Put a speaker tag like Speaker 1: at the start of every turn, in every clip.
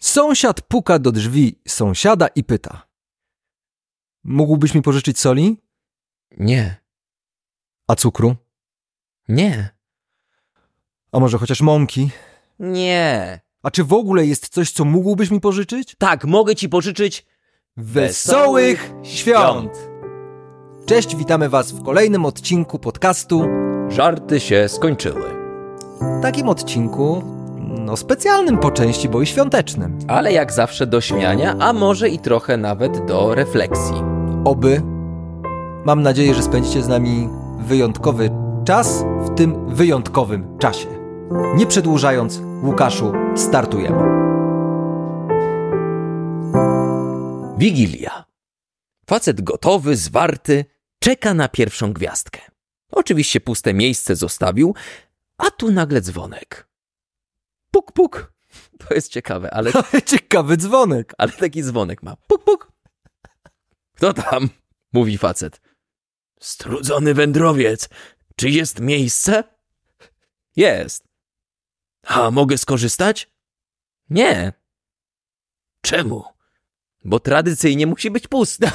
Speaker 1: Sąsiad puka do drzwi sąsiada i pyta: Mógłbyś mi pożyczyć soli?
Speaker 2: Nie,
Speaker 1: A cukru?
Speaker 2: nie,
Speaker 1: A może chociaż mąki?
Speaker 2: nie.
Speaker 1: A czy w ogóle jest coś, co mógłbyś mi pożyczyć?
Speaker 2: Tak, mogę ci pożyczyć.
Speaker 1: Wesołych świąt! Cześć, witamy Was w kolejnym odcinku podcastu.
Speaker 2: Żarty się skończyły.
Speaker 1: Takim odcinku, no specjalnym po części, bo i świątecznym.
Speaker 2: Ale jak zawsze do śmiania, a może i trochę nawet do refleksji.
Speaker 1: Oby. Mam nadzieję, że spędzicie z nami wyjątkowy czas w tym wyjątkowym czasie. Nie przedłużając, Łukaszu, startujemy.
Speaker 2: Wigilia. Facet gotowy, zwarty, czeka na pierwszą gwiazdkę. Oczywiście puste miejsce zostawił, a tu nagle dzwonek. Puk, puk. To jest ciekawe, ale,
Speaker 1: Ciekawy dzwonek.
Speaker 2: ale taki dzwonek ma. Puk, puk. Kto tam? Mówi facet. Strudzony wędrowiec. Czy jest miejsce? Jest. A mogę skorzystać? Nie. Czemu? Bo tradycyjnie musi być pusta.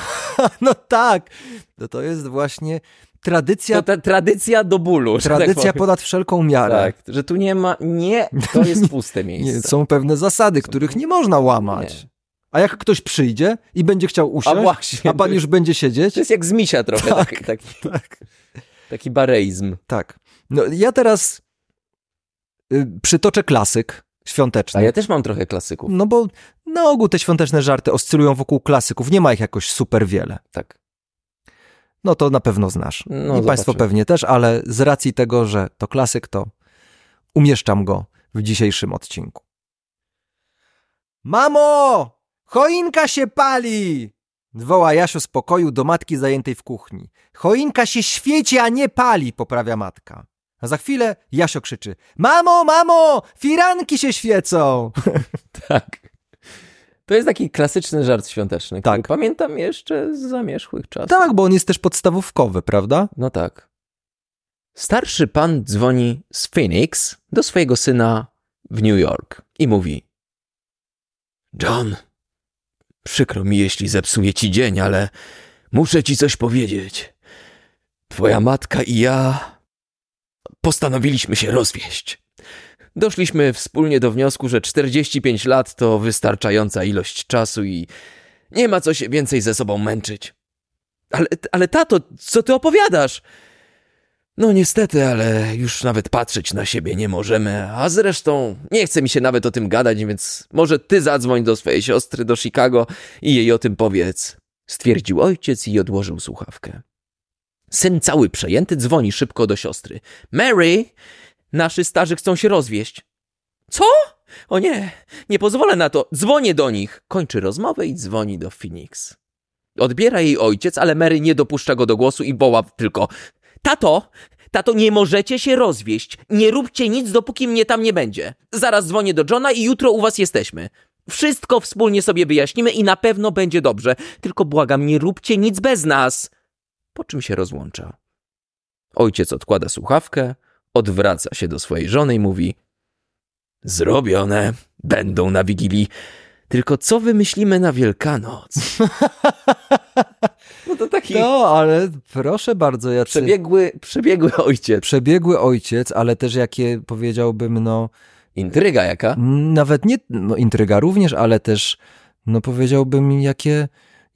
Speaker 1: No tak, no to jest właśnie tradycja,
Speaker 2: To ta tradycja do bólu. że
Speaker 1: tradycja
Speaker 2: tak powiem.
Speaker 1: ponad wszelką miarę.
Speaker 2: Tak, że tu nie ma. Nie, to jest puste miejsce.
Speaker 1: Nie, są pewne zasady, których nie można łamać.
Speaker 2: Nie.
Speaker 1: A jak ktoś przyjdzie i będzie chciał
Speaker 2: A
Speaker 1: usiąść,
Speaker 2: właśnie.
Speaker 1: a, pan już będzie siedzieć?
Speaker 2: To jest jak z misia trochę.
Speaker 1: Tak,
Speaker 2: taki, taki, taki bareizm.
Speaker 1: Tak. No ja teraz y, przytoczę klasyk świąteczny.
Speaker 2: A ja też mam trochę klasyków.
Speaker 1: No bo na ogół te świąteczne żarty oscylują wokół klasyków, nie ma ich jakoś super wiele.
Speaker 2: Tak.
Speaker 1: No to na pewno znasz.
Speaker 2: No,
Speaker 1: I
Speaker 2: zobaczymy.
Speaker 1: Państwo pewnie też, ale z racji tego, że to klasyk, to umieszczam go w dzisiejszym odcinku. Mamo! Choinka się pali! Woła Jasio z pokoju do matki zajętej w kuchni. Choinka się świeci, a nie pali, poprawia matka. A za chwilę Jasio krzyczy: Mamo, mamo! Firanki się świecą!
Speaker 2: Tak. To jest taki klasyczny żart świąteczny. Który
Speaker 1: Tak.
Speaker 2: Pamiętam jeszcze z zamierzchłych czasów.
Speaker 1: Tak, bo on jest też podstawówkowy, prawda?
Speaker 2: No tak. Starszy pan dzwoni z Phoenix do swojego syna w New York i mówi: John, przykro mi, jeśli zepsuję ci dzień, ale muszę ci coś powiedzieć. Twoja matka i ja postanowiliśmy się rozwieść. Doszliśmy wspólnie do wniosku, że 45 lat to wystarczająca ilość czasu i nie ma co się więcej ze sobą męczyć. Ale, ale tato, co ty opowiadasz? No niestety, ale już nawet patrzeć na siebie nie możemy, a zresztą nie chce mi się nawet o tym gadać, więc może ty zadzwoń do swojej siostry do Chicago i jej o tym powiedz. Stwierdził ojciec i odłożył słuchawkę. Syn cały przejęty dzwoni szybko do siostry. Mary, nasi starzy chcą się rozwieść. Co? O nie, nie pozwolę na to. Dzwonię do nich. Kończy rozmowę i dzwoni do Phoenix. Odbiera jej ojciec, ale Mary nie dopuszcza go do głosu i woła tylko: Tato, tato, nie możecie się rozwieść. Nie róbcie nic, dopóki mnie tam nie będzie. Zaraz dzwonię do Johna i jutro u was jesteśmy. Wszystko wspólnie sobie wyjaśnimy i na pewno będzie dobrze. Tylko błagam, nie róbcie nic bez nas. Po czym się rozłącza. Ojciec odkłada słuchawkę, odwraca się do swojej żony i mówi: Zrobione, będą na wigilii. Tylko co wymyślimy na Wielkanoc? No to taki
Speaker 1: No, ale proszę bardzo, ja
Speaker 2: przebiegły, przebiegły ojciec.
Speaker 1: przebiegły ojciec, ale też jakie powiedziałbym, no
Speaker 2: Intryga jaka?
Speaker 1: nawet nie, no intryga również, ale też no powiedziałbym jakie,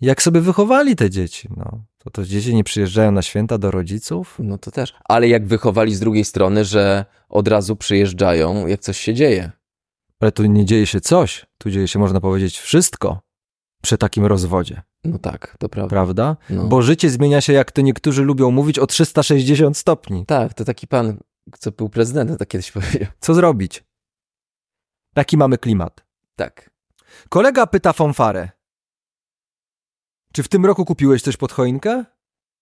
Speaker 1: jak sobie wychowali te dzieci, no. To, to dzieci nie przyjeżdżają na święta do rodziców?
Speaker 2: No to też. Ale jak wychowali z drugiej strony, że od razu przyjeżdżają, jak coś się dzieje.
Speaker 1: Ale tu nie dzieje się coś, tu dzieje się można powiedzieć wszystko przy takim rozwodzie,
Speaker 2: No tak, to prawda.
Speaker 1: prawda?
Speaker 2: No.
Speaker 1: Bo życie zmienia się, jak to niektórzy lubią mówić, o 360 stopni.
Speaker 2: Tak, to taki pan, co był prezydentem, tak kiedyś powiedział.
Speaker 1: Co zrobić? Taki mamy klimat.
Speaker 2: Tak.
Speaker 1: Kolega pyta fanfarę. Czy w tym roku kupiłeś coś pod choinkę?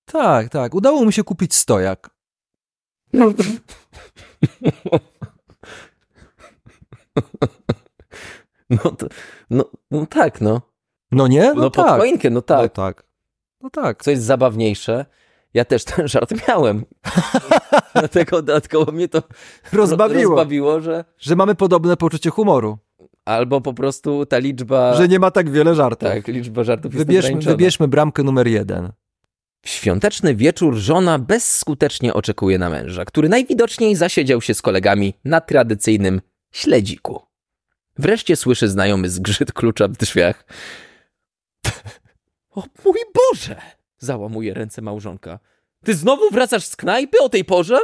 Speaker 1: Tak, tak. Udało mu się kupić stojak.
Speaker 2: No, to, no, no tak, no.
Speaker 1: No nie?
Speaker 2: No,
Speaker 1: No,
Speaker 2: pod
Speaker 1: tak.
Speaker 2: choinkę, no
Speaker 1: No
Speaker 2: tak.
Speaker 1: tak. No tak.
Speaker 2: Co jest zabawniejsze, ja też ten żart miałem. Dlatego dodatkowo mnie to
Speaker 1: Rozbawiło,
Speaker 2: rozbawiło że
Speaker 1: że mamy podobne poczucie humoru.
Speaker 2: Albo po prostu ta liczba.
Speaker 1: Że nie ma tak wiele żartów.
Speaker 2: Tak, liczba żartów jest
Speaker 1: Wybierzmy,
Speaker 2: ograniczona.
Speaker 1: wybierzmy bramkę numer jeden.
Speaker 2: W świąteczny wieczór żona bezskutecznie oczekuje na męża, który najwidoczniej zasiedział się z kolegami na tradycyjnym śledziku. Wreszcie słyszy znajomy zgrzyt klucza w drzwiach. O mój Boże! Załamuje ręce małżonka. Ty znowu wracasz z knajpy o tej porze?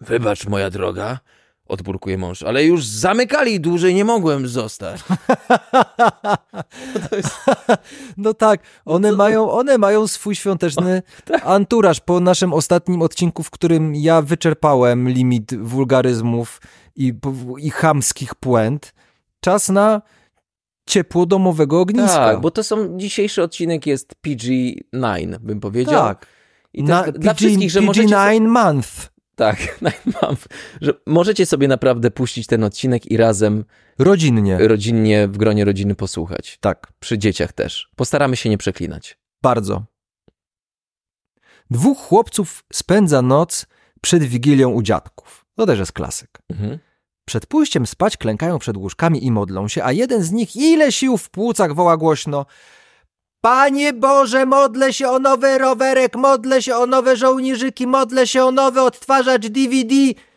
Speaker 2: Wybacz, moja droga, odburkuje mąż, ale już zamykali i dłużej nie mogłem zostać.
Speaker 1: No tak, one mają, one mają swój świąteczny
Speaker 2: Tak.
Speaker 1: anturaż. Po naszym ostatnim odcinku, w którym ja wyczerpałem limit wulgaryzmów i, i chamskich puent, czas na ciepło domowego ogniska.
Speaker 2: Tak, bo to są, dzisiejszy odcinek jest PG-9, bym powiedział.
Speaker 1: tak.
Speaker 2: I tak
Speaker 1: Na PG,
Speaker 2: dla wszystkich, że
Speaker 1: PG
Speaker 2: możecie...
Speaker 1: Nine Month.
Speaker 2: Tak, mam, że możecie sobie naprawdę puścić ten odcinek i razem
Speaker 1: Rodzinnie.
Speaker 2: Y- rodzinnie, w gronie rodziny posłuchać.
Speaker 1: Tak,
Speaker 2: Przy dzieciach też. Postaramy się nie przeklinać.
Speaker 1: bardzo. Dwóch chłopców spędza noc przed wigilią u dziadków. To też jest klasyk.
Speaker 2: Mhm.
Speaker 1: Przed pójściem spać klękają przed łóżkami i modlą się, a jeden z nich ile sił w płucach woła głośno. Panie Boże, modlę się o nowy rowerek, modlę się o nowe żołnierzyki, modlę się o nowy odtwarzacz DVD.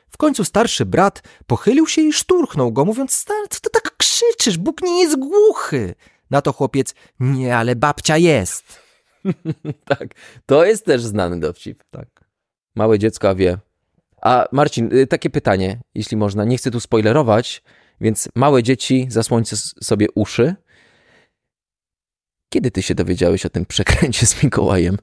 Speaker 1: W końcu starszy brat pochylił się i szturchnął go, mówiąc, stary, co ty tak krzyczysz, Bóg nie jest głuchy. Na to chłopiec, nie, ale babcia jest.
Speaker 2: Tak, to jest też znany dowcip.
Speaker 1: Tak.
Speaker 2: Małe dziecko a wie. A Marcin, y, takie pytanie, jeśli można. Nie chcę tu spoilerować, więc małe dzieci zasłońcie s- sobie uszy. Kiedy ty się dowiedziałeś o tym przekręcie z Mikołajem?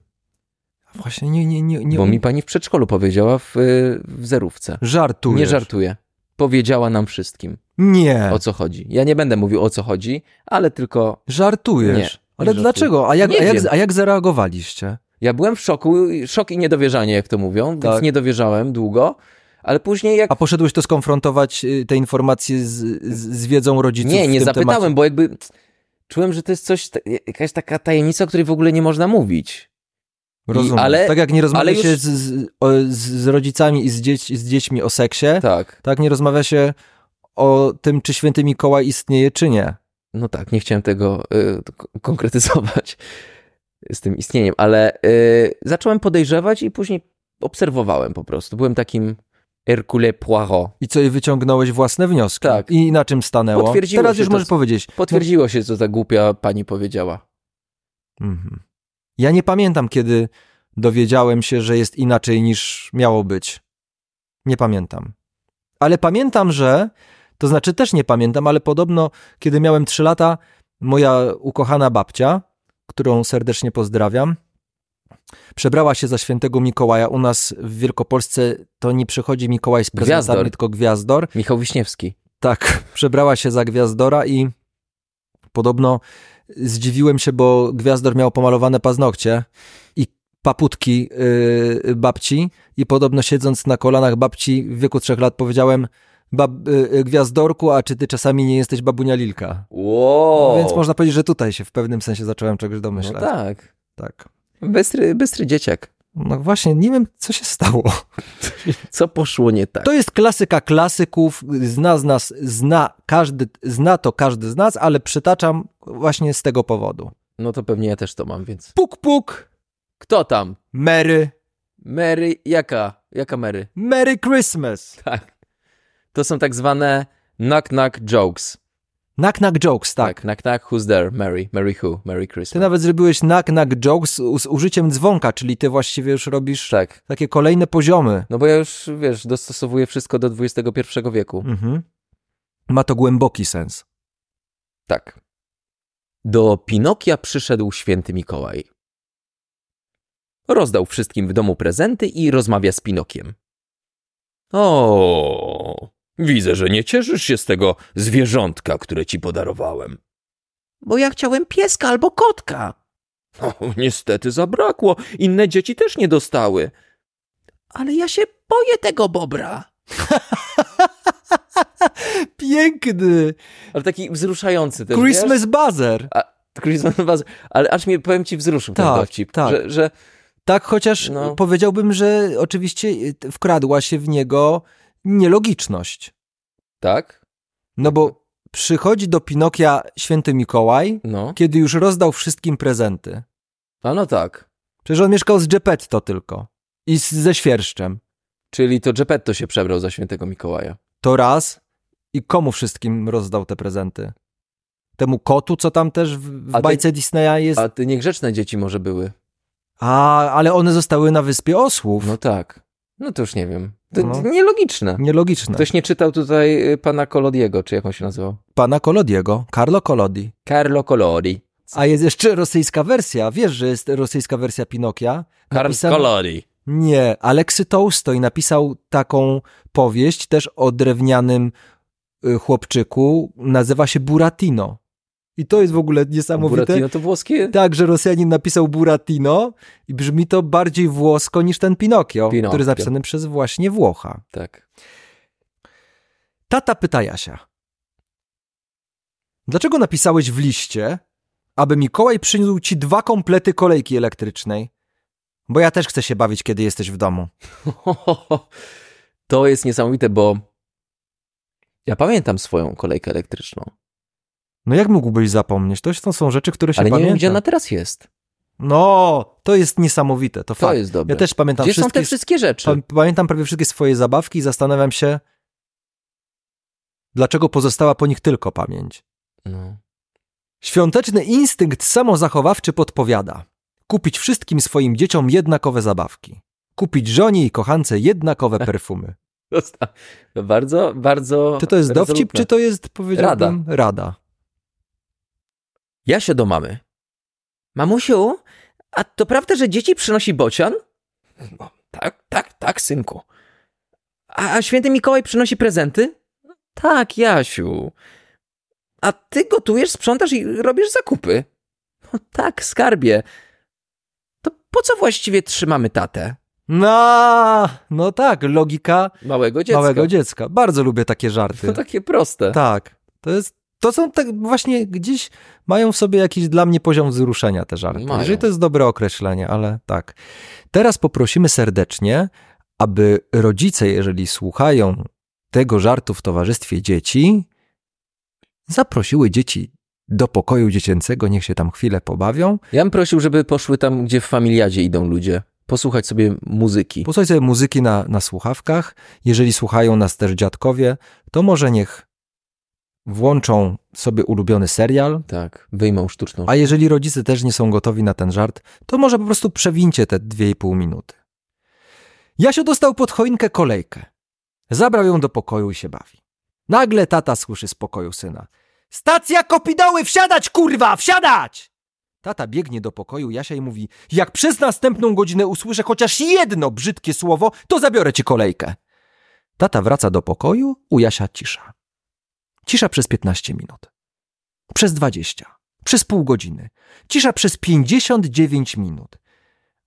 Speaker 1: Właśnie nie, nie, nie, nie.
Speaker 2: Bo mi pani w przedszkolu powiedziała w, y, w zerówce.
Speaker 1: Żartujesz. E.
Speaker 2: Nie żartuję. Powiedziała nam wszystkim,
Speaker 1: Nie,
Speaker 2: o co chodzi. Ja nie będę mówił, o co chodzi, ale tylko
Speaker 1: żartujesz.
Speaker 2: Nie,
Speaker 1: ale
Speaker 2: nie
Speaker 1: dlaczego? A jak,
Speaker 2: Nie
Speaker 1: a, jak,
Speaker 2: wiem.
Speaker 1: a jak zareagowaliście?
Speaker 2: ja byłem w szoku, szok i niedowierzanie, jak to mówią,
Speaker 1: Tak.
Speaker 2: więc nie dowierzałem długo, ale później jak...
Speaker 1: A poszedłeś to skonfrontować y, te informacje z, z, z wiedzą rodziców? w
Speaker 2: Nie, nie
Speaker 1: tym
Speaker 2: zapytałem,
Speaker 1: Temacie.
Speaker 2: bo jakby czułem, że to jest coś, ta- jakaś taka tajemnica, o której w ogóle nie można mówić.
Speaker 1: Rozumiem.
Speaker 2: I- ale-
Speaker 1: tak jak nie rozmawia
Speaker 2: ale już-
Speaker 1: się z, z, o, z- z rodzicami i z, dzieć, z dziećmi o seksie, tak.
Speaker 2: Tak.
Speaker 1: nie rozmawia się o tym, czy święty Mikołaj istnieje, czy nie.
Speaker 2: No tak, nie chciałem tego y, k- konkretyzować z tym istnieniem, ale y, zacząłem podejrzewać i później obserwowałem po prostu. Byłem takim Hercule Poirot.
Speaker 1: I co, i wyciągnąłeś własne wnioski.
Speaker 2: Tak.
Speaker 1: I na czym stanęło.
Speaker 2: Potwierdziło
Speaker 1: Teraz
Speaker 2: się
Speaker 1: już
Speaker 2: to,
Speaker 1: możesz
Speaker 2: co-
Speaker 1: powiedzieć.
Speaker 2: Potwierdziło się, co ta głupia pani powiedziała.
Speaker 1: Mhm. Ja nie pamiętam, kiedy dowiedziałem się, że jest inaczej niż miało być. Nie pamiętam. Ale pamiętam, że. To znaczy, też nie pamiętam, ale podobno, kiedy miałem 3 lata, moja ukochana babcia, którą serdecznie pozdrawiam, przebrała się za świętego Mikołaja. U nas w Wielkopolsce to nie przychodzi Mikołaj z prezentami,
Speaker 2: Gwiazdor.
Speaker 1: tylko gwiazdor.
Speaker 2: Michał Wiśniewski.
Speaker 1: Tak, przebrała się za Gwiazdora i podobno zdziwiłem się, bo Gwiazdor miał pomalowane paznokcie i paputki yy, babci i podobno siedząc na kolanach babci w wieku trzech lat powiedziałem Bab, yy, Gwiazdorku, a czy ty czasami nie jesteś babunia Lilka?
Speaker 2: Wow.
Speaker 1: No Więc można powiedzieć, że tutaj się w pewnym sensie zacząłem czegoś
Speaker 2: no
Speaker 1: domyślać.
Speaker 2: tak.
Speaker 1: tak.
Speaker 2: Bystry, bystry dzieciak.
Speaker 1: No właśnie, nie wiem, co się stało.
Speaker 2: Co poszło nie tak?
Speaker 1: To jest klasyka klasyków, zna z nas, zna każdy, zna to każdy z nas, ale przytaczam właśnie z tego powodu.
Speaker 2: No to pewnie ja też to mam, więc.
Speaker 1: Puk, puk,
Speaker 2: Kto tam?
Speaker 1: Merry,
Speaker 2: Mary, jaka? Jaka Mary?
Speaker 1: Merry Christmas.
Speaker 2: Tak. To są tak zwane knock-knock jokes.
Speaker 1: Knock, knock jokes, tak.
Speaker 2: Knock-knock, who's there? Mary. Mary who? Merry
Speaker 1: Ty
Speaker 2: Christmas.
Speaker 1: nawet zrobiłeś knock, knock jokes z, z użyciem dzwonka, czyli ty właściwie już robisz
Speaker 2: Tak.
Speaker 1: takie kolejne poziomy.
Speaker 2: No bo ja już, wiesz, dostosowuję wszystko do XXI wieku.
Speaker 1: Mhm. Ma to głęboki sens.
Speaker 2: Tak. Do Pinokia przyszedł święty Mikołaj. Rozdał wszystkim w domu prezenty i rozmawia z Pinokiem. O, widzę, że nie cieszysz się z tego zwierzątka, które ci podarowałem. Bo ja chciałem pieska albo kotka. O, niestety zabrakło. Inne dzieci też nie dostały. Ale ja się boję tego bobra.
Speaker 1: Piękny!
Speaker 2: Ale taki wzruszający też. wiesz?
Speaker 1: Christmas buzzer!
Speaker 2: Christmas Vaza. Ale aż mnie, powiem ci, wzruszył ten
Speaker 1: Tak,
Speaker 2: dowcip.
Speaker 1: tak.
Speaker 2: Że, że
Speaker 1: Tak, chociaż
Speaker 2: No.
Speaker 1: powiedziałbym, że oczywiście y, t- wkradła się w niego nielogiczność.
Speaker 2: tak?
Speaker 1: No bo Przychodzi do Pinokia święty Mikołaj,
Speaker 2: No.
Speaker 1: kiedy już rozdał wszystkim prezenty.
Speaker 2: A no tak.
Speaker 1: Przecież on mieszkał z Geppetto tylko. I z, ze świerszczem.
Speaker 2: Czyli to Geppetto się przebrał za świętego Mikołaja.
Speaker 1: To raz. I komu wszystkim rozdał te prezenty? Temu kotu, co tam też w, w
Speaker 2: A ty-
Speaker 1: bajce Disneya jest.
Speaker 2: A te niegrzeczne dzieci może były.
Speaker 1: A, ale one zostały na wyspie osłów.
Speaker 2: No tak. No to już nie wiem. To
Speaker 1: No.
Speaker 2: nielogiczne.
Speaker 1: Nielogiczne.
Speaker 2: Ktoś nie czytał tutaj y, pana Kolodiego, czy jak on się nazywał?
Speaker 1: Pana Kolodiego, Carlo Kolodi.
Speaker 2: Carlo Colodi.
Speaker 1: A jest jeszcze rosyjska wersja. Wiesz, że jest rosyjska wersja Pinokia?
Speaker 2: Carlo
Speaker 1: Napisano-
Speaker 2: Colodi.
Speaker 1: Nie, Aleksy Tołstoj napisał taką powieść też o drewnianym y, chłopczyku. Nazywa się Buratino. I to jest w ogóle niesamowite.
Speaker 2: Buratino to włoskie?
Speaker 1: Tak, że Rosjanin napisał Buratino i brzmi to bardziej włosko niż ten Pinokio,
Speaker 2: Pinokio.
Speaker 1: który zapisany przez właśnie Włocha.
Speaker 2: Tak.
Speaker 1: Tata pyta Jasia. Dlaczego napisałeś w liście, aby Mikołaj przyniósł ci dwa komplety kolejki elektrycznej? Bo ja też chcę się bawić, kiedy jesteś w domu.
Speaker 2: To jest niesamowite, bo ja pamiętam swoją kolejkę elektryczną,
Speaker 1: No jak mógłbyś zapomnieć? To są- są rzeczy, które się
Speaker 2: ale nie
Speaker 1: pamięta.
Speaker 2: wiem, gdzie ona teraz jest.
Speaker 1: No, to jest niesamowite, to,
Speaker 2: To
Speaker 1: fakt.
Speaker 2: jest dobre.
Speaker 1: Ja też pamiętam
Speaker 2: Gdzie są
Speaker 1: wszystkie...
Speaker 2: te wszystkie rzeczy?
Speaker 1: Pa- Pamiętam prawie wszystkie swoje zabawki i zastanawiam się, dlaczego pozostała po nich tylko pamięć.
Speaker 2: No.
Speaker 1: Świąteczny instynkt samozachowawczy podpowiada: kupić wszystkim swoim dzieciom jednakowe zabawki, kupić żonie i kochance jednakowe perfumy.
Speaker 2: Dosta- Bardzo, bardzo.
Speaker 1: Czy to jest dowcip,
Speaker 2: rezolutne.
Speaker 1: czy to jest, powiedziałbym, rada? rada.
Speaker 2: Ja się do mamy. Mamusiu, a to prawda, że dzieci przynosi bocian? No, tak, tak, tak, synku. A, a święty Mikołaj przynosi prezenty? Tak, Jasiu. A ty gotujesz, sprzątasz i robisz zakupy? No tak, skarbie. To po co właściwie trzymamy tatę?
Speaker 1: No, no tak, logika
Speaker 2: Małego dziecka.
Speaker 1: małego dziecka. Bardzo lubię takie żarty.
Speaker 2: To takie proste.
Speaker 1: Tak, to jest. To są tak właśnie gdzieś mają w sobie jakiś dla mnie poziom wzruszenia te żarty.
Speaker 2: Mają.
Speaker 1: Jeżeli to jest dobre określenie, ale tak. Teraz poprosimy serdecznie, aby rodzice, jeżeli słuchają tego żartu w towarzystwie dzieci, zaprosiły dzieci do pokoju dziecięcego, niech się tam chwilę pobawią.
Speaker 2: Ja bym prosił, żeby poszły tam, gdzie w familiadzie idą ludzie. Posłuchać sobie muzyki.
Speaker 1: Posłuchaj sobie muzyki na, na słuchawkach. Jeżeli słuchają nas też dziadkowie, to może niech włączą sobie ulubiony serial.
Speaker 2: Tak, wyjmą sztuczną
Speaker 1: A jeżeli rodzice też nie są gotowi na ten żart, to może po prostu przewincie te 2,5 minuty. Jasio dostał pod choinkę kolejkę. Zabrał ją do pokoju i się bawi. Nagle tata słyszy z pokoju syna. Stacja kopidoły, wsiadać kurwa, wsiadać! Tata biegnie do pokoju Jasia i mówi, jak przez następną godzinę usłyszę chociaż jedno brzydkie słowo, to zabiorę ci kolejkę. Tata wraca do pokoju, u Jasia cisza. Cisza przez 15 minut. Przez 20 przez pół godziny. Cisza przez 59 minut.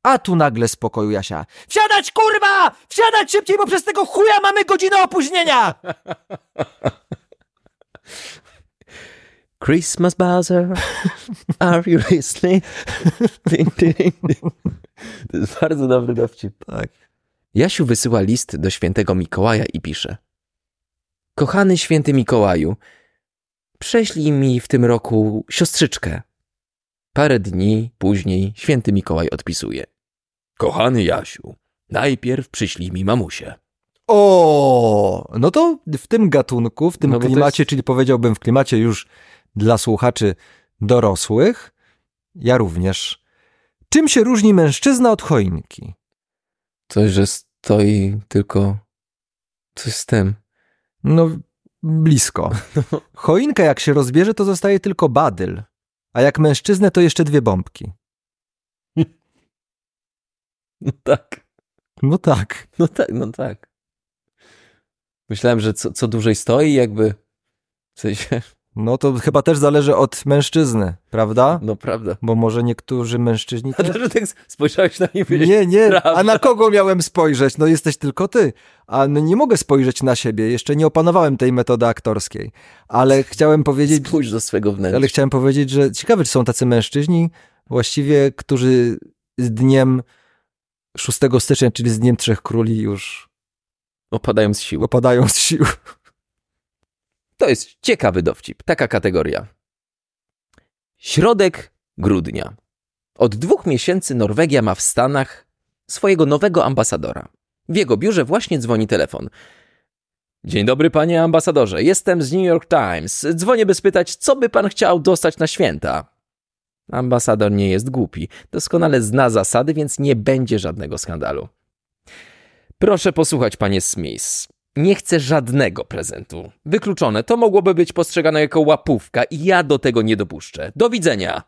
Speaker 1: A tu nagle z pokoju Jasia. Wsiadać kurwa! Wsiadać szybciej, bo przez tego chuja mamy godzinę opóźnienia!
Speaker 2: Christmas buzzer, are you listening? Ding, ding, ding. To jest bardzo dobry dowcip.
Speaker 1: Tak.
Speaker 2: Jasiu wysyła list do świętego Mikołaja i pisze. Kochany święty Mikołaju, prześlij mi w tym roku siostrzyczkę. Parę dni później święty Mikołaj odpisuje. Kochany Jasiu, najpierw przyślij mi mamusię.
Speaker 1: O, no to w tym gatunku, w tym
Speaker 2: No bo to
Speaker 1: klimacie,
Speaker 2: jest-
Speaker 1: czyli powiedziałbym w klimacie już dla słuchaczy dorosłych, ja również. Czym się różni mężczyzna od choinki?
Speaker 2: Coś, że stoi tylko... Coś z tym.
Speaker 1: No, blisko. Choinka jak się rozbierze, to zostaje tylko badyl, a jak mężczyznę, to jeszcze dwie bombki.
Speaker 2: No tak.
Speaker 1: No tak.
Speaker 2: No tak, no tak. Myślałem, że co, co dłużej stoi, jakby. W sensie,
Speaker 1: No to chyba też zależy od mężczyzny, prawda?
Speaker 2: no prawda.
Speaker 1: Bo może niektórzy mężczyźni.
Speaker 2: A to, że tak spojrzałeś na mnie i powiedziałeś,
Speaker 1: Nie, nie,
Speaker 2: prawda.
Speaker 1: a na kogo miałem spojrzeć? No jesteś tylko ty. A no nie mogę spojrzeć na siebie, jeszcze nie opanowałem tej metody aktorskiej. Ale chciałem powiedzieć,
Speaker 2: spójrz do swego wnętrza.
Speaker 1: ale chciałem powiedzieć, że ciekawe, czy są tacy mężczyźni właściwie, którzy z dniem 6 stycznia, czyli z dniem Trzech Króli już
Speaker 2: Opadają z sił.
Speaker 1: opadają z sił.
Speaker 2: To jest ciekawy dowcip, taka kategoria. Środek grudnia. Od dwóch miesięcy Norwegia ma w Stanach swojego nowego ambasadora. W jego biurze właśnie dzwoni telefon. Dzień dobry, panie ambasadorze. Jestem z New York Times. Dzwonię, by spytać, co by pan chciał dostać na święta. Ambasador nie jest głupi. Doskonale zna zasady, więc nie będzie żadnego skandalu. Proszę posłuchać, panie Smith. Nie chcę żadnego prezentu. Wykluczone, to mogłoby być postrzegane jako łapówka i ja do tego nie dopuszczę. Do widzenia!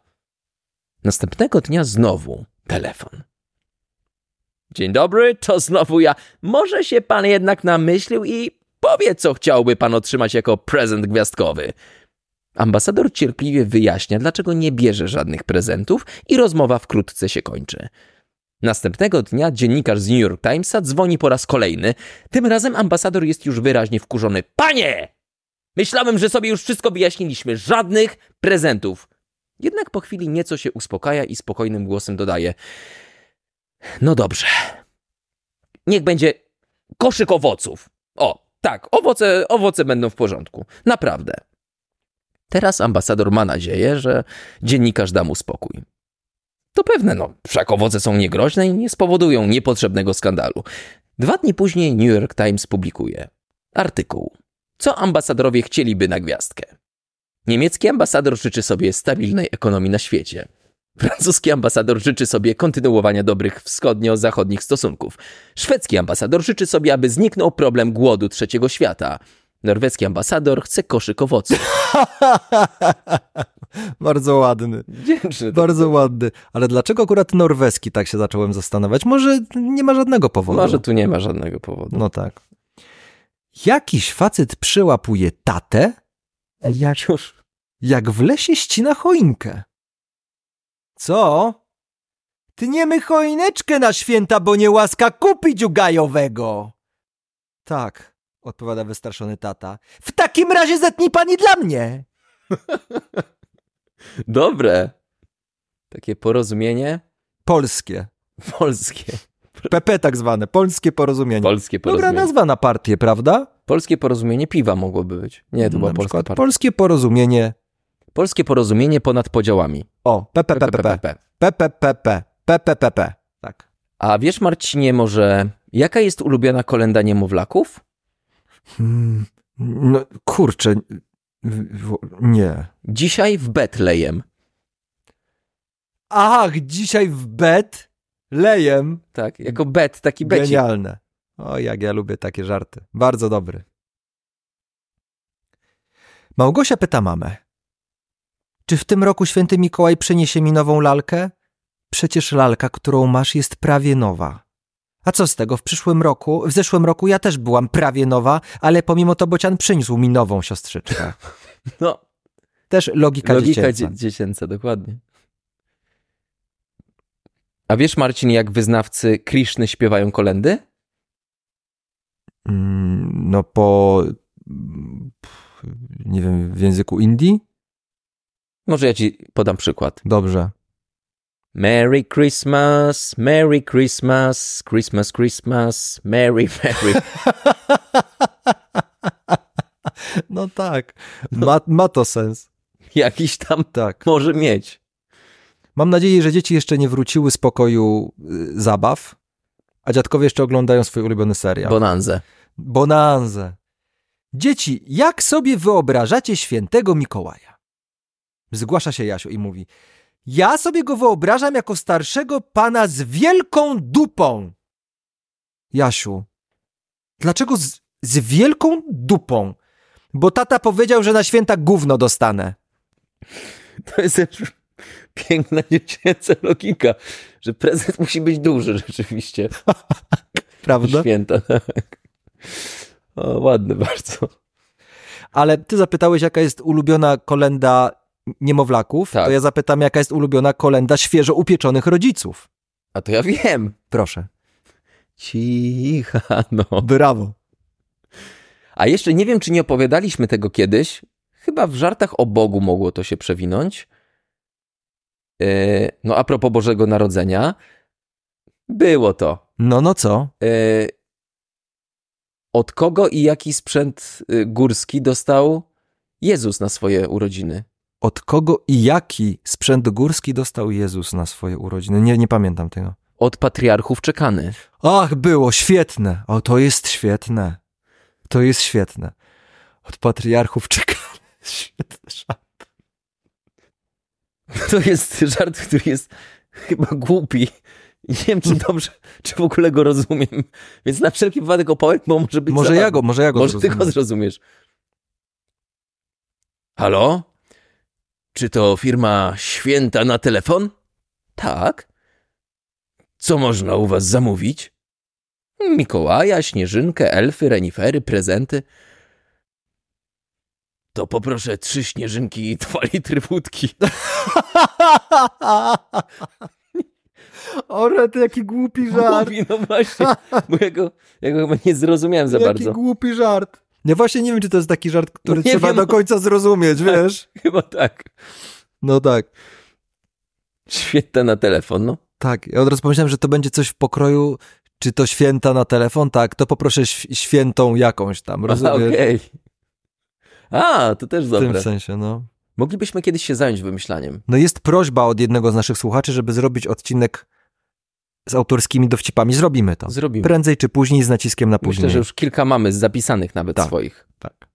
Speaker 2: Następnego dnia znowu telefon. Dzień dobry, to znowu ja. Może się pan jednak namyślił i powie, co chciałby pan otrzymać jako prezent gwiazdkowy. Ambasador cierpliwie wyjaśnia, dlaczego nie bierze żadnych prezentów i rozmowa wkrótce się kończy. Następnego dnia dziennikarz z New York Timesa dzwoni po raz kolejny. Tym razem ambasador jest już wyraźnie wkurzony. Panie! Myślałem, że sobie już wszystko wyjaśniliśmy. Żadnych prezentów. Jednak po chwili nieco się uspokaja i spokojnym głosem dodaje. No dobrze. Niech będzie koszyk owoców. O, tak, owoce, owoce będą w porządku. Naprawdę. Teraz ambasador ma nadzieję, że dziennikarz da mu spokój. To pewne, no, wszak owoce są niegroźne i nie spowodują niepotrzebnego skandalu. Dwa dni później New York Times publikuje artykuł. Co ambasadorowie chcieliby na gwiazdkę? Niemiecki ambasador życzy sobie stabilnej ekonomii na świecie. Francuski ambasador życzy sobie kontynuowania dobrych wschodnio-zachodnich stosunków. Szwedzki ambasador życzy sobie, aby zniknął problem głodu trzeciego świata. Norweski ambasador chce koszyk owoców.
Speaker 1: Bardzo ładny.
Speaker 2: Wdzięczny.
Speaker 1: Bardzo ładny. Ale dlaczego akurat norweski tak się zacząłem zastanawiać? Może nie ma żadnego powodu.
Speaker 2: Może tu nie ma żadnego powodu.
Speaker 1: No tak. Jakiś facet przyłapuje tatę,
Speaker 2: jak już
Speaker 1: jak w lesie ścina choinkę. Co? Tniemy choineczkę na święta, bo nie łaska kupić u gajowego. Tak, odpowiada wystraszony tata. W takim razie zetnij pani dla mnie.
Speaker 2: Dobre. Takie porozumienie
Speaker 1: Polskie.
Speaker 2: polskie.
Speaker 1: PP tak zwane, polskie porozumienie.
Speaker 2: Polskie
Speaker 1: Dobra no
Speaker 2: porozumienie.
Speaker 1: nazwa na partię, prawda?
Speaker 2: Polskie porozumienie piwa mogłoby być. Nie, to była
Speaker 1: Na
Speaker 2: polska
Speaker 1: przykład
Speaker 2: partia.
Speaker 1: Polskie porozumienie.
Speaker 2: Polskie porozumienie ponad podziałami.
Speaker 1: O, PPPP.
Speaker 2: PPP.
Speaker 1: PPPP. PPPP. Tak.
Speaker 2: A wiesz, Marcinie, może jaka jest ulubiona kolenda niemowlaków?
Speaker 1: Hmm, No, kurczę. w- w- Nie.
Speaker 2: Dzisiaj w Betlejem.
Speaker 1: Ach, dzisiaj w bet lejem.
Speaker 2: Tak, jako bet, taki becik.
Speaker 1: Genialne. O, jak ja lubię takie żarty. Bardzo dobry. Małgosia pyta mamę. Czy w tym roku święty Mikołaj przyniesie mi nową lalkę? Przecież lalka, którą masz, jest prawie nowa. A co z tego, w przyszłym roku, w zeszłym roku ja też byłam prawie nowa, ale pomimo to Bocian przyniósł mi nową siostrzyczkę.
Speaker 2: No,
Speaker 1: Też logika,
Speaker 2: logika
Speaker 1: dziecięca.
Speaker 2: dziecięca. dziecięca, dokładnie. A wiesz, Marcin, jak wyznawcy Krishny śpiewają kolendy?
Speaker 1: Mm, No po... mm, pff, nie wiem, w języku Indii?
Speaker 2: Może ja ci podam przykład.
Speaker 1: Dobrze.
Speaker 2: Merry Christmas, Merry Christmas, Christmas, Christmas, Merry, Merry.
Speaker 1: No tak. Ma, ma to sens.
Speaker 2: Jakiś tam
Speaker 1: Tak.
Speaker 2: może mieć.
Speaker 1: Mam nadzieję, że dzieci jeszcze nie wróciły z pokoju y, zabaw, a dziadkowie jeszcze oglądają swój ulubiony serial.
Speaker 2: Bonanzę.
Speaker 1: Bonanze. Dzieci, jak sobie wyobrażacie świętego Mikołaja? Zgłasza się Jasiu i mówi: Ja sobie go wyobrażam jako starszego pana z wielką dupą. Jasiu, dlaczego z, z wielką dupą? Bo tata powiedział, że na święta gówno dostanę.
Speaker 2: To jest też piękna dziecięca logika, że prezent musi być duży rzeczywiście.
Speaker 1: Prawda?
Speaker 2: Święta. tak. O, ładne bardzo.
Speaker 1: Ale ty zapytałeś, jaka jest ulubiona kolenda niemowlaków,
Speaker 2: Tak.
Speaker 1: to ja zapytam, jaka jest ulubiona kolenda świeżo upieczonych rodziców.
Speaker 2: A to ja wiem.
Speaker 1: Proszę.
Speaker 2: Cicha no.
Speaker 1: Brawo.
Speaker 2: A jeszcze nie wiem, czy nie opowiadaliśmy tego kiedyś. Chyba w żartach o Bogu mogło to się przewinąć. Yy, no a propos Bożego Narodzenia. Było to.
Speaker 1: No, no co?
Speaker 2: Yy, od kogo i jaki sprzęt y, górski dostał Jezus na swoje urodziny.
Speaker 1: Od kogo i jaki sprzęt górski dostał Jezus na swoje urodziny? Nie, nie pamiętam tego.
Speaker 2: Od patriarchów czekany.
Speaker 1: Ach, było świetne. O, to jest świetne. To jest świetne. Od patriarchów czekamy. Świetny żart.
Speaker 2: To jest żart, który jest chyba głupi. Nie wiem,
Speaker 1: Hmm.
Speaker 2: czy dobrze, czy w ogóle go rozumiem. Więc na wszelki wypadek opowiem, bo może być
Speaker 1: Może
Speaker 2: zabawny.
Speaker 1: ja go, może ja go
Speaker 2: Może ty
Speaker 1: zrozumiem.
Speaker 2: go zrozumiesz. Halo? Czy to firma święta na telefon? Tak. Co można u was zamówić? Mikołaja, śnieżynkę, elfy, renifery, prezenty. To poproszę trzy śnieżynki i dwa litry wódki.
Speaker 1: O, rety, jaki głupi żart.
Speaker 2: Mówi, no właśnie, bo ja go, ja go chyba nie zrozumiałem za
Speaker 1: jaki
Speaker 2: bardzo.
Speaker 1: głupi żart. Ja właśnie nie wiem, czy to jest taki żart, który
Speaker 2: No nie
Speaker 1: trzeba
Speaker 2: wiem.
Speaker 1: do końca zrozumieć, wiesz?
Speaker 2: Chyba tak.
Speaker 1: No tak.
Speaker 2: Święta na telefon, no.
Speaker 1: Tak, ja od razu pomyślałem, że to będzie coś w pokroju, czy to święta na telefon, tak, to poproszę św- świętą jakąś tam,
Speaker 2: Aha,
Speaker 1: rozumiesz?
Speaker 2: Okej. A, to też
Speaker 1: W tym
Speaker 2: dobre.
Speaker 1: sensie, no.
Speaker 2: Moglibyśmy kiedyś się zająć wymyślaniem.
Speaker 1: No jest prośba od jednego z naszych słuchaczy, żeby zrobić odcinek z autorskimi dowcipami. Zrobimy to.
Speaker 2: Zrobimy.
Speaker 1: Prędzej czy później z naciskiem na Tak. później.
Speaker 2: Myślę, że już kilka mamy zapisanych nawet
Speaker 1: Tak.
Speaker 2: swoich.
Speaker 1: Tak.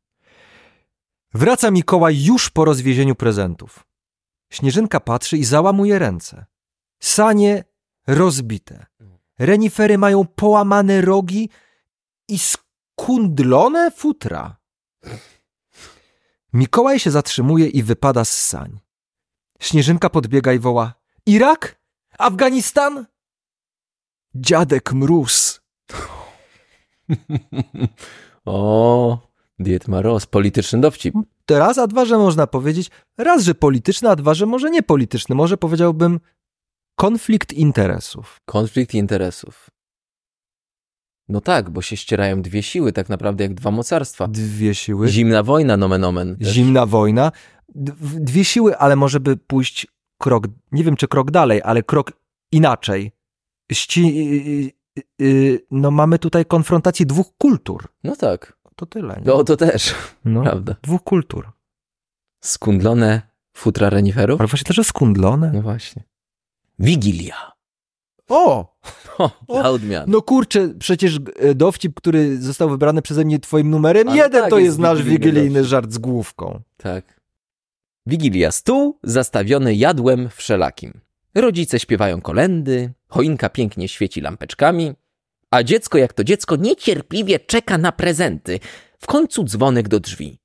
Speaker 1: Wraca Mikołaj już po rozwiezieniu prezentów. Śnieżynka patrzy i załamuje ręce. Sanie rozbite. Renifery mają połamane rogi i skundlone futra. Mikołaj się zatrzymuje i wypada z sań. Śnieżynka podbiega i woła: Irak? Afganistan? Dziadek mróz.
Speaker 2: o, Diet Maros, polityczny dowcip.
Speaker 1: To raz, a dwa, że można powiedzieć, raz, że polityczny, a dwa, że może niepolityczny. Może powiedziałbym konflikt interesów.
Speaker 2: Konflikt interesów. No tak, bo się ścierają dwie siły, tak naprawdę jak dwa mocarstwa.
Speaker 1: Dwie siły.
Speaker 2: Zimna wojna, nomen omen. też.
Speaker 1: Zimna wojna. D- w- Dwie siły, ale może by pójść krok, nie wiem czy krok dalej, ale krok inaczej. Ści... y- y- y- No mamy tutaj konfrontację dwóch kultur.
Speaker 2: No tak,
Speaker 1: To tyle. Nie?
Speaker 2: no to też,
Speaker 1: No,
Speaker 2: prawda.
Speaker 1: dwóch kultur.
Speaker 2: Skundlone futra reniferów?
Speaker 1: Ale właśnie też jest skundlone.
Speaker 2: No właśnie. Wigilia.
Speaker 1: O!
Speaker 2: O, dla odmiany.
Speaker 1: No kurczę, przecież e, dowcip, który został wybrany przeze mnie twoim numerem,
Speaker 2: Ale
Speaker 1: jeden
Speaker 2: tak,
Speaker 1: to jest,
Speaker 2: jest
Speaker 1: nasz
Speaker 2: wigilijny
Speaker 1: wigilijny
Speaker 2: dowcip.
Speaker 1: żart z główką.
Speaker 2: Tak. Wigilia stół zastawiony jadłem wszelakim. Rodzice śpiewają kolendy, choinka pięknie świeci lampeczkami, a dziecko jak to dziecko niecierpliwie czeka na prezenty. W końcu dzwonek do drzwi.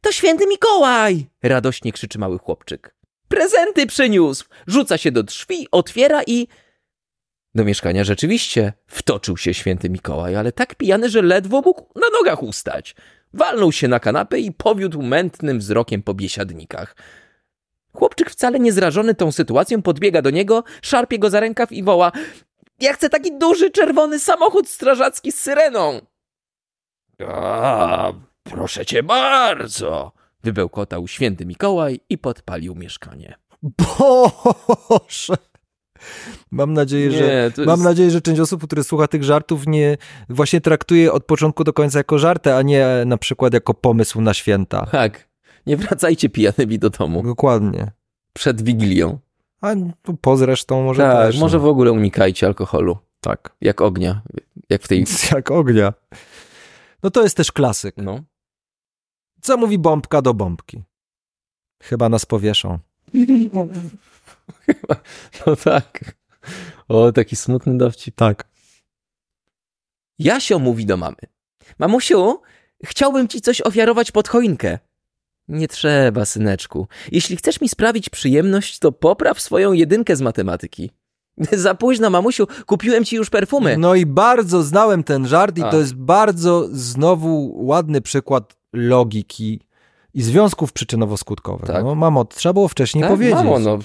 Speaker 2: To święty Mikołaj! radośnie krzyczy mały chłopczyk. Prezenty przyniósł! Rzuca się do drzwi, otwiera i. Do mieszkania rzeczywiście wtoczył się święty Mikołaj, ale tak pijany, że ledwo mógł na nogach ustać. Walnął się na kanapę i powiódł mętnym wzrokiem po biesiadnikach. Chłopczyk wcale niezrażony tą sytuacją podbiega do niego, szarpie go za rękaw i woła Ja chcę taki duży, czerwony samochód strażacki z syreną! A, proszę cię bardzo! Wybełkotał święty Mikołaj i podpalił mieszkanie.
Speaker 1: Boże! Mam nadzieję, że...
Speaker 2: to
Speaker 1: Mam nadzieję, że część osób, które słucha tych żartów, nie właśnie traktuje od początku do końca jako żarty, a nie e, na przykład jako pomysł na święta.
Speaker 2: Tak, nie wracajcie pijanymi do domu
Speaker 1: Dokładnie.
Speaker 2: przed Wigilią.
Speaker 1: A tu po zresztą może
Speaker 2: tak,
Speaker 1: też.
Speaker 2: może
Speaker 1: no.
Speaker 2: w ogóle unikajcie alkoholu.
Speaker 1: Tak.
Speaker 2: Jak ognia, jak w tej...
Speaker 1: Jak ognia. No to jest też klasyk.
Speaker 2: No.
Speaker 1: Co mówi bombka do bombki? Chyba nas powieszą.
Speaker 2: No tak. O, taki smutny dowcip.
Speaker 1: Tak.
Speaker 2: Jasio mówi do mamy. Mamusiu, chciałbym ci coś ofiarować pod choinkę. Nie trzeba, syneczku. Jeśli chcesz mi sprawić przyjemność, to popraw swoją jedynkę z matematyki. Za późno, mamusiu, kupiłem ci już perfumy.
Speaker 1: No i bardzo znałem ten żart i
Speaker 2: A.
Speaker 1: to jest bardzo znowu ładny przykład logiki i związków przyczynowo-skutkowych.
Speaker 2: Tak.
Speaker 1: No, mamo, trzeba było wcześniej
Speaker 2: tak,
Speaker 1: powiedzieć.
Speaker 2: Mamo, no.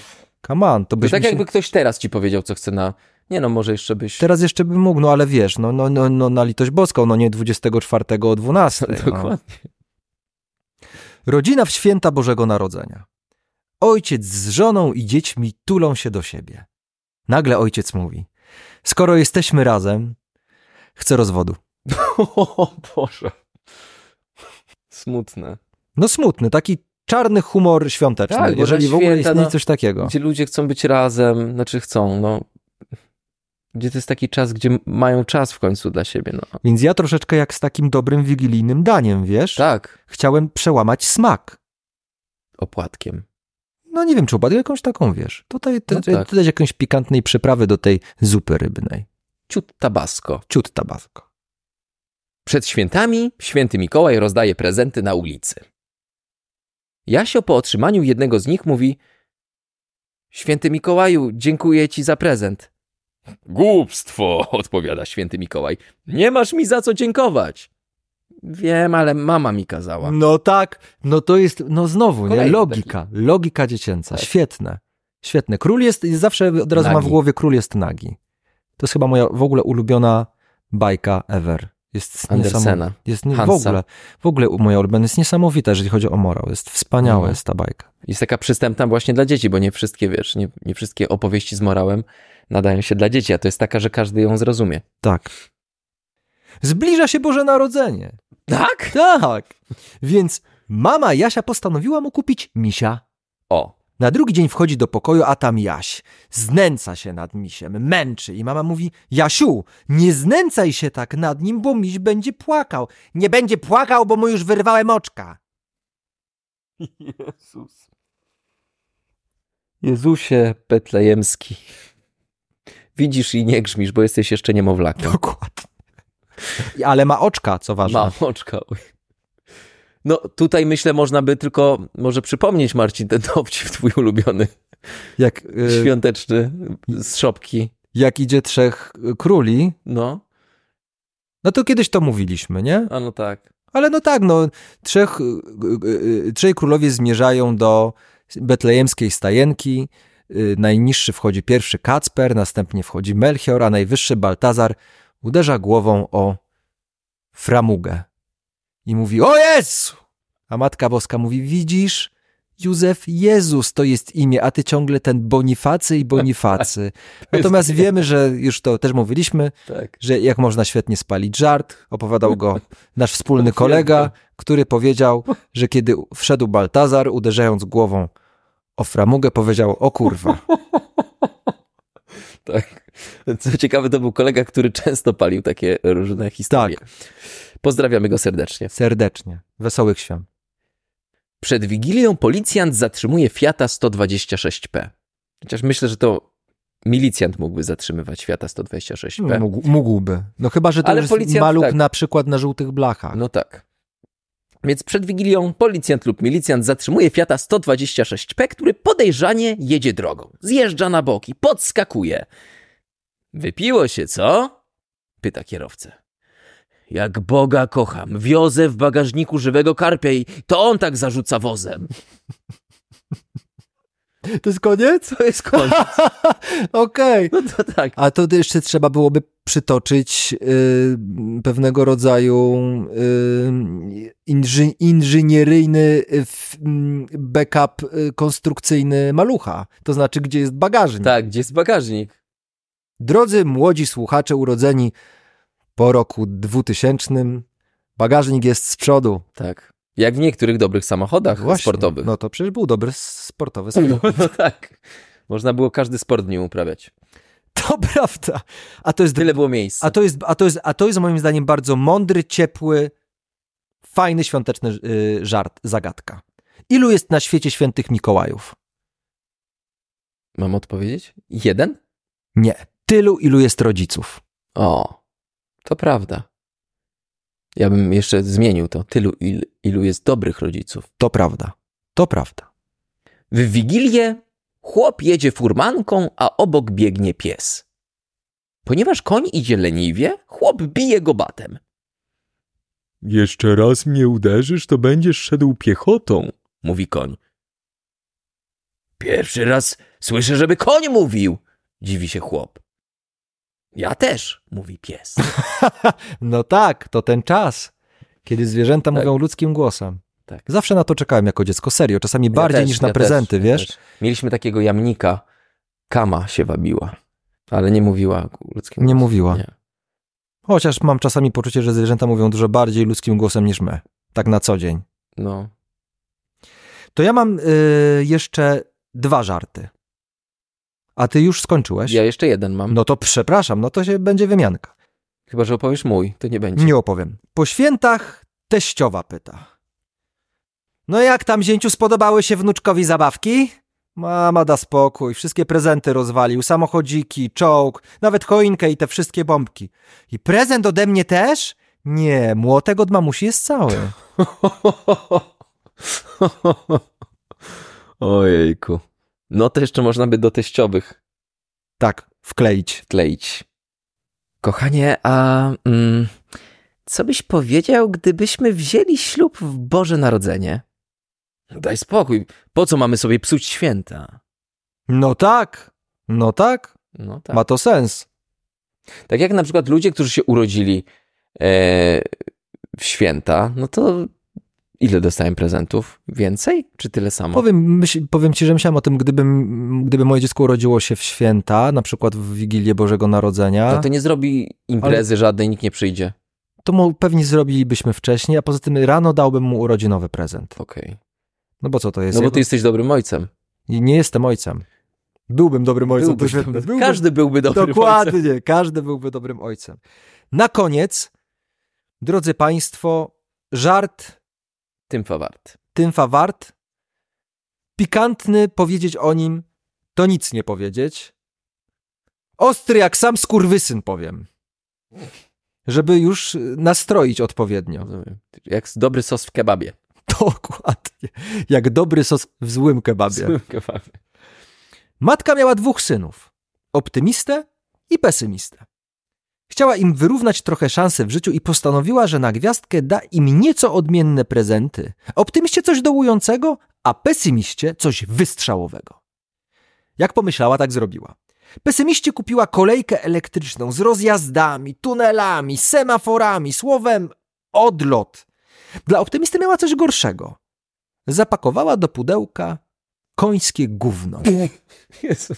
Speaker 1: Come on, to
Speaker 2: To
Speaker 1: byś
Speaker 2: tak
Speaker 1: mi się...
Speaker 2: jakby ktoś teraz ci powiedział, co chce na... Nie no, może jeszcze byś...
Speaker 1: Teraz jeszcze bym mógł, no ale wiesz, no, no, no, no na litość boską, no nie 24 o 12. No.
Speaker 2: Dokładnie.
Speaker 1: Rodzina w święta Bożego Narodzenia. Ojciec z żoną i dziećmi tulą się do siebie. Nagle ojciec mówi: Skoro jesteśmy razem, chcę rozwodu.
Speaker 2: O Boże. Smutne.
Speaker 1: No smutny, taki czarny humor świąteczny,
Speaker 2: Tak, bo
Speaker 1: jeżeli
Speaker 2: na
Speaker 1: w ogóle
Speaker 2: święta,
Speaker 1: istnieje
Speaker 2: no.
Speaker 1: coś takiego.
Speaker 2: Gdzie ludzie chcą być razem, znaczy chcą, no. Gdzie to jest taki czas, gdzie mają czas w końcu dla siebie, no.
Speaker 1: Więc ja troszeczkę jak z takim dobrym wigilijnym daniem, wiesz?
Speaker 2: Tak,
Speaker 1: Chciałem przełamać smak.
Speaker 2: opłatkiem.
Speaker 1: No nie wiem, czy opadł jakąś taką, wiesz. Tutaj te,
Speaker 2: No tak.
Speaker 1: dodać jakąś pikantnej przyprawy do tej zupy rybnej.
Speaker 2: Ciut tabasko.
Speaker 1: Ciut tabasco.
Speaker 2: Przed świętami święty Mikołaj rozdaje prezenty na ulicy. Jasio po otrzymaniu jednego z nich mówi: Święty Mikołaju, dziękuję ci za prezent. Głupstwo, odpowiada święty Mikołaj. Nie masz mi za co dziękować. Wiem, ale mama mi kazała.
Speaker 1: No tak, no to jest, no znowu, nie?
Speaker 2: Kolejny
Speaker 1: Logika, logika dziecięca.
Speaker 2: Tak.
Speaker 1: Świetne, świetne. Król jest, zawsze od razu mam
Speaker 2: Nagi.
Speaker 1: w głowie, król jest nagi. To jest chyba moja w ogóle ulubiona bajka ever. Jest niesamowita.
Speaker 2: Andersena.
Speaker 1: Jest nie, w
Speaker 2: Hansa.
Speaker 1: ogóle, w ogóle moja ulubiona, jest niesamowita, jeżeli chodzi o morał. Jest wspaniała
Speaker 2: Mhm.
Speaker 1: jest ta bajka.
Speaker 2: Jest taka przystępna właśnie dla dzieci, bo nie wszystkie, wiesz, nie, nie wszystkie opowieści z morałem nadają się dla dzieci, a to jest taka, że każdy ją zrozumie.
Speaker 1: Tak. Zbliża się Boże Narodzenie.
Speaker 2: Tak?
Speaker 1: Tak. Więc mama Jasia postanowiła mu kupić misia.
Speaker 2: O,
Speaker 1: Na drugi dzień wchodzi do pokoju, a tam Jaś. Znęca się nad misiem, męczy i mama mówi: Jasiu, nie znęcaj się tak nad nim, bo miś będzie płakał. Nie będzie płakał, bo mu już wyrwałem oczka.
Speaker 2: Jezus. Jezusie Betlejemski. Widzisz i nie grzmisz, bo jesteś jeszcze niemowlakiem.
Speaker 1: Dokładnie. Ale ma oczka, co ważne.
Speaker 2: Ma oczka. oj. No tutaj myślę, można by tylko może przypomnieć Marcin ten dowcip twój ulubiony,
Speaker 1: Jak, y,
Speaker 2: świąteczny, z szopki.
Speaker 1: jak idzie trzech y, króli,
Speaker 2: No,
Speaker 1: no to kiedyś to mówiliśmy, nie?
Speaker 2: a no tak.
Speaker 1: Ale no tak, no, trzech, y, y, y, trzej królowie zmierzają do betlejemskiej stajenki. Y, Najniższy wchodzi pierwszy Kacper, następnie wchodzi Melchior, a najwyższy Baltazar uderza głową o framugę i mówi: O Jezu! A Matka Boska mówi: Widzisz, Józef, Jezus to jest imię, a ty ciągle ten Bonifacy i Bonifacy. Natomiast wiemy, że już to też mówiliśmy,
Speaker 2: Tak.
Speaker 1: że jak można świetnie spalić żart. Opowiadał go nasz wspólny kolega, który powiedział, że kiedy wszedł Baltazar, uderzając głową o framugę, powiedział, o kurwa.
Speaker 2: Tak. Co ciekawe, to był kolega, który często palił takie różne historie.
Speaker 1: Tak.
Speaker 2: Pozdrawiamy go serdecznie.
Speaker 1: Serdecznie. Wesołych świąt.
Speaker 2: Przed Wigilią policjant zatrzymuje Fiata 126P. Chociaż myślę, że to milicjant mógłby zatrzymywać Fiata 126P.
Speaker 1: Mógł, mógłby. No chyba, że to
Speaker 2: Ale
Speaker 1: już jest
Speaker 2: policjant
Speaker 1: maluch
Speaker 2: tak.
Speaker 1: na przykład na żółtych blachach.
Speaker 2: No tak. Więc przed Wigilią policjant lub milicjant zatrzymuje Fiata 126P, który podejrzanie jedzie drogą. Zjeżdża na boki, podskakuje. Wypiło się, co? Pyta kierowcę. Jak Boga kocham, wiozę w bagażniku żywego karpia i to on tak zarzuca wozem.
Speaker 1: To jest koniec?
Speaker 2: To jest koniec.
Speaker 1: Okej.
Speaker 2: No to tak.
Speaker 1: A to jeszcze trzeba byłoby przytoczyć y, pewnego rodzaju y, inży, inżynieryjny y, f, mm, backup y, konstrukcyjny malucha, to znaczy gdzie jest bagażnik.
Speaker 2: Tak, gdzie jest bagażnik?
Speaker 1: Drodzy młodzi słuchacze urodzeni po roku 2000, bagażnik jest z przodu.
Speaker 2: Tak. Jak w niektórych dobrych samochodach
Speaker 1: Właśnie.
Speaker 2: sportowych.
Speaker 1: No to przecież był dobry sportowy samochód.
Speaker 2: Tak, No tak. Można było każdy sport w nim uprawiać.
Speaker 1: To prawda. A to jest
Speaker 2: Tyle było miejsc.
Speaker 1: A to, jest, a, to jest, a to jest moim zdaniem bardzo mądry, ciepły, fajny świąteczny y, żart, zagadka. Ilu jest na świecie świętych Mikołajów?
Speaker 2: Mam odpowiedzieć? Jeden?
Speaker 1: Nie. Tylu, ilu jest rodziców.
Speaker 2: O, to prawda. Ja bym jeszcze zmienił to. Tylu, il, ilu jest dobrych rodziców.
Speaker 1: To prawda. To prawda.
Speaker 2: W Wigilię chłop jedzie furmanką, a obok biegnie pies. Ponieważ koń idzie leniwie, chłop bije go batem. Jeszcze raz mnie uderzysz, to będziesz szedł piechotą, mówi koń. Pierwszy raz słyszę, żeby koń mówił, dziwi się chłop. Ja też, mówi pies.
Speaker 1: No tak, to ten czas, kiedy zwierzęta
Speaker 2: Tak.
Speaker 1: mówią ludzkim głosem.
Speaker 2: Tak.
Speaker 1: Zawsze na to czekałem jako dziecko, serio. Czasami
Speaker 2: Ja
Speaker 1: bardziej
Speaker 2: też,
Speaker 1: niż na
Speaker 2: ja
Speaker 1: prezenty,
Speaker 2: też, ja
Speaker 1: wiesz?
Speaker 2: też. Mieliśmy takiego jamnika. Kama się wabiła, ale nie mówiła ludzkiego.
Speaker 1: Nie
Speaker 2: głosu.
Speaker 1: mówiła.
Speaker 2: Nie.
Speaker 1: Chociaż mam czasami poczucie, że zwierzęta mówią dużo bardziej ludzkim głosem niż my. Tak na co dzień.
Speaker 2: No.
Speaker 1: To ja mam y, jeszcze dwa żarty. A ty już skończyłeś?
Speaker 2: Ja jeszcze jeden mam.
Speaker 1: No to przepraszam, no to się będzie wymianka.
Speaker 2: Chyba, że opowiesz mój, to nie będzie.
Speaker 1: Nie opowiem. Po świętach teściowa pyta. No jak tam, zięciu, spodobały się wnuczkowi zabawki? Mama da spokój, wszystkie prezenty rozwalił, samochodziki, czołg, nawet choinkę i te wszystkie bombki. I prezent ode mnie też? Nie, młotek od mamusi jest cały.
Speaker 2: Ojejku. No to jeszcze można by do teściowych
Speaker 1: Tak, wkleić.
Speaker 2: wkleić. Kochanie, a mm, co byś powiedział, gdybyśmy wzięli ślub w Boże Narodzenie? Daj spokój, po co mamy sobie psuć święta?
Speaker 1: No tak, no tak,
Speaker 2: No tak.
Speaker 1: ma to sens.
Speaker 2: Tak jak na przykład ludzie, którzy się urodzili e, w święta, no to ile dostałem prezentów? Więcej czy tyle samo?
Speaker 1: Powiem, myśl, powiem ci, że myślałem o tym, gdyby, gdyby moje dziecko urodziło się w święta, na przykład w Wigilię Bożego Narodzenia.
Speaker 2: No to nie zrobi imprezy żadnej, nikt nie przyjdzie.
Speaker 1: to mu pewnie zrobilibyśmy wcześniej, a poza tym rano dałbym mu urodzinowy prezent.
Speaker 2: Okej.
Speaker 1: No bo co to jest?
Speaker 2: No bo
Speaker 1: Jego-
Speaker 2: ty jesteś dobrym ojcem.
Speaker 1: I Nie jestem ojcem. Byłbym dobrym ojcem.
Speaker 2: Byłbyś
Speaker 1: to świetne.
Speaker 2: dobrym-
Speaker 1: Byłbym-
Speaker 2: Każdy byłby dobrym ojcem.
Speaker 1: Dokładnie, każdy byłby dobrym ojcem. Na koniec, drodzy Państwo, żart
Speaker 2: Tym fawart.
Speaker 1: Tymfa Wart. Pikantny powiedzieć o nim, to nic nie powiedzieć. Ostry jak sam skurwysyn powiem. Żeby już y, nastroić odpowiednio.
Speaker 2: Rozumiem. Jak dobry sos w kebabie.
Speaker 1: Dokładnie. Jak dobry sos w złym
Speaker 2: W
Speaker 1: kebabie.
Speaker 2: złym kebabie.
Speaker 1: Matka miała dwóch synów: optymistę i pesymistę. Chciała im wyrównać trochę szanse w życiu i postanowiła, że na gwiazdkę da im nieco odmienne prezenty. Optymiście coś dołującego, a pesymiście coś wystrzałowego. Jak pomyślała, tak zrobiła. Pesymiście kupiła kolejkę elektryczną z rozjazdami, tunelami, semaforami, słowem odlot. Dla optymisty miała coś gorszego. Zapakowała do pudełka końskie gówno.
Speaker 2: Jezu.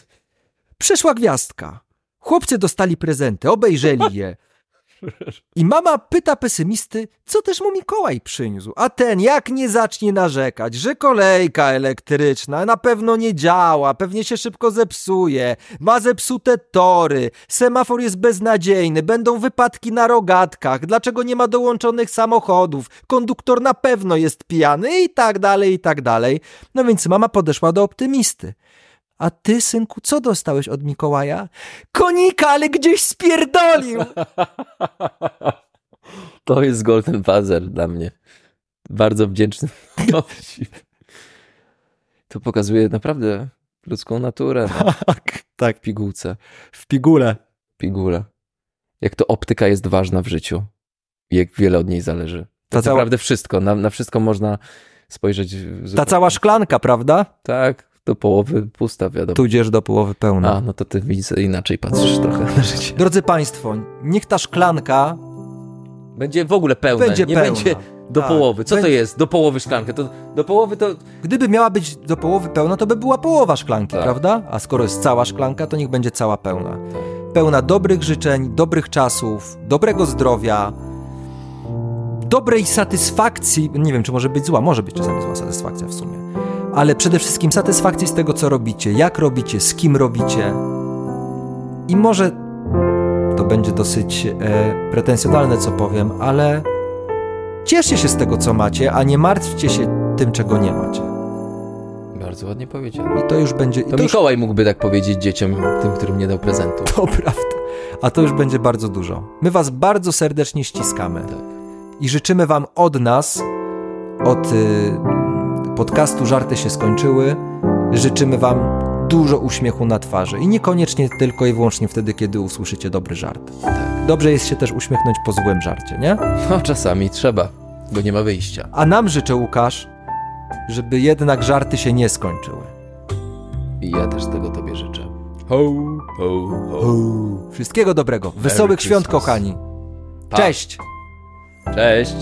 Speaker 1: Przeszła gwiazdka. Chłopcy dostali prezenty, obejrzeli je. I mama pyta pesymisty, co też mu Mikołaj przyniósł. A ten jak nie zacznie narzekać, że kolejka elektryczna na pewno nie działa, pewnie się szybko zepsuje, ma zepsute tory, semafor jest beznadziejny, będą wypadki na rogatkach, dlaczego nie ma dołączonych samochodów, konduktor na pewno jest pijany i tak dalej, i tak dalej. No więc mama podeszła do optymisty. A ty, synku, co dostałeś od Mikołaja? Konika, ale gdzieś spierdolił!
Speaker 2: To jest golden buzzer dla mnie. Bardzo wdzięczny. dowcip. to pokazuje naprawdę ludzką naturę na
Speaker 1: Tak, tak,
Speaker 2: pigułce.
Speaker 1: w pigule.
Speaker 2: Pigule. Jak to optyka jest ważna w życiu. Jak wiele od niej zależy. To
Speaker 1: Ta cała-
Speaker 2: naprawdę wszystko. Na, na wszystko można spojrzeć. w-
Speaker 1: Ta cała szklanka, prawda?
Speaker 2: Tak, do połowy pusta, wiadomo.
Speaker 1: Tudzież do połowy pełna.
Speaker 2: A, no to ty widzę, inaczej patrzysz trochę na życie.
Speaker 1: Drodzy Państwo, niech ta szklanka
Speaker 2: Będzie w ogóle pełne,
Speaker 1: będzie
Speaker 2: nie
Speaker 1: pełna.
Speaker 2: będzie do
Speaker 1: Tak.
Speaker 2: połowy. Co to
Speaker 1: Będzie-
Speaker 2: jest? Do połowy szklankę. To, do połowy to...
Speaker 1: Gdyby miała być do połowy pełna, to by była połowa szklanki,
Speaker 2: Tak.
Speaker 1: prawda? A skoro jest cała szklanka, to niech będzie cała pełna. Pełna dobrych życzeń, dobrych czasów, dobrego zdrowia, dobrej satysfakcji. Nie wiem, czy może być zła, może być czasami zła satysfakcja w sumie. Ale przede wszystkim satysfakcji z tego, co robicie, jak robicie, z kim robicie. I może to będzie dosyć e, pretensjonalne, co powiem, ale cieszcie się z tego, co macie, a nie martwcie się tym, czego nie macie.
Speaker 2: Bardzo ładnie powiedział.
Speaker 1: I to już będzie. i
Speaker 2: To
Speaker 1: No, to już,
Speaker 2: Mikołaj mógłby tak powiedzieć dzieciom, tym, którym nie dał prezentu.
Speaker 1: to prawda. A to już będzie bardzo dużo. My Was bardzo serdecznie ściskamy
Speaker 2: Tak.
Speaker 1: i życzymy Wam od nas, od y, podcastu Żarty się skończyły, życzymy Wam dużo uśmiechu na twarzy i niekoniecznie tylko i wyłącznie wtedy, kiedy usłyszycie dobry żart.
Speaker 2: Tak.
Speaker 1: Dobrze jest się też uśmiechnąć po złym żarcie, nie?
Speaker 2: No czasami trzeba, bo nie ma wyjścia.
Speaker 1: A nam życzę, Łukasz, żeby jednak żarty się nie skończyły.
Speaker 2: I ja też tego tobie życzę. Ho, ho, ho.
Speaker 1: Uuu, Wszystkiego dobrego. Wesołych świąt,
Speaker 2: Christmas.
Speaker 1: kochani.
Speaker 2: Pa.
Speaker 1: Cześć!
Speaker 2: Cześć!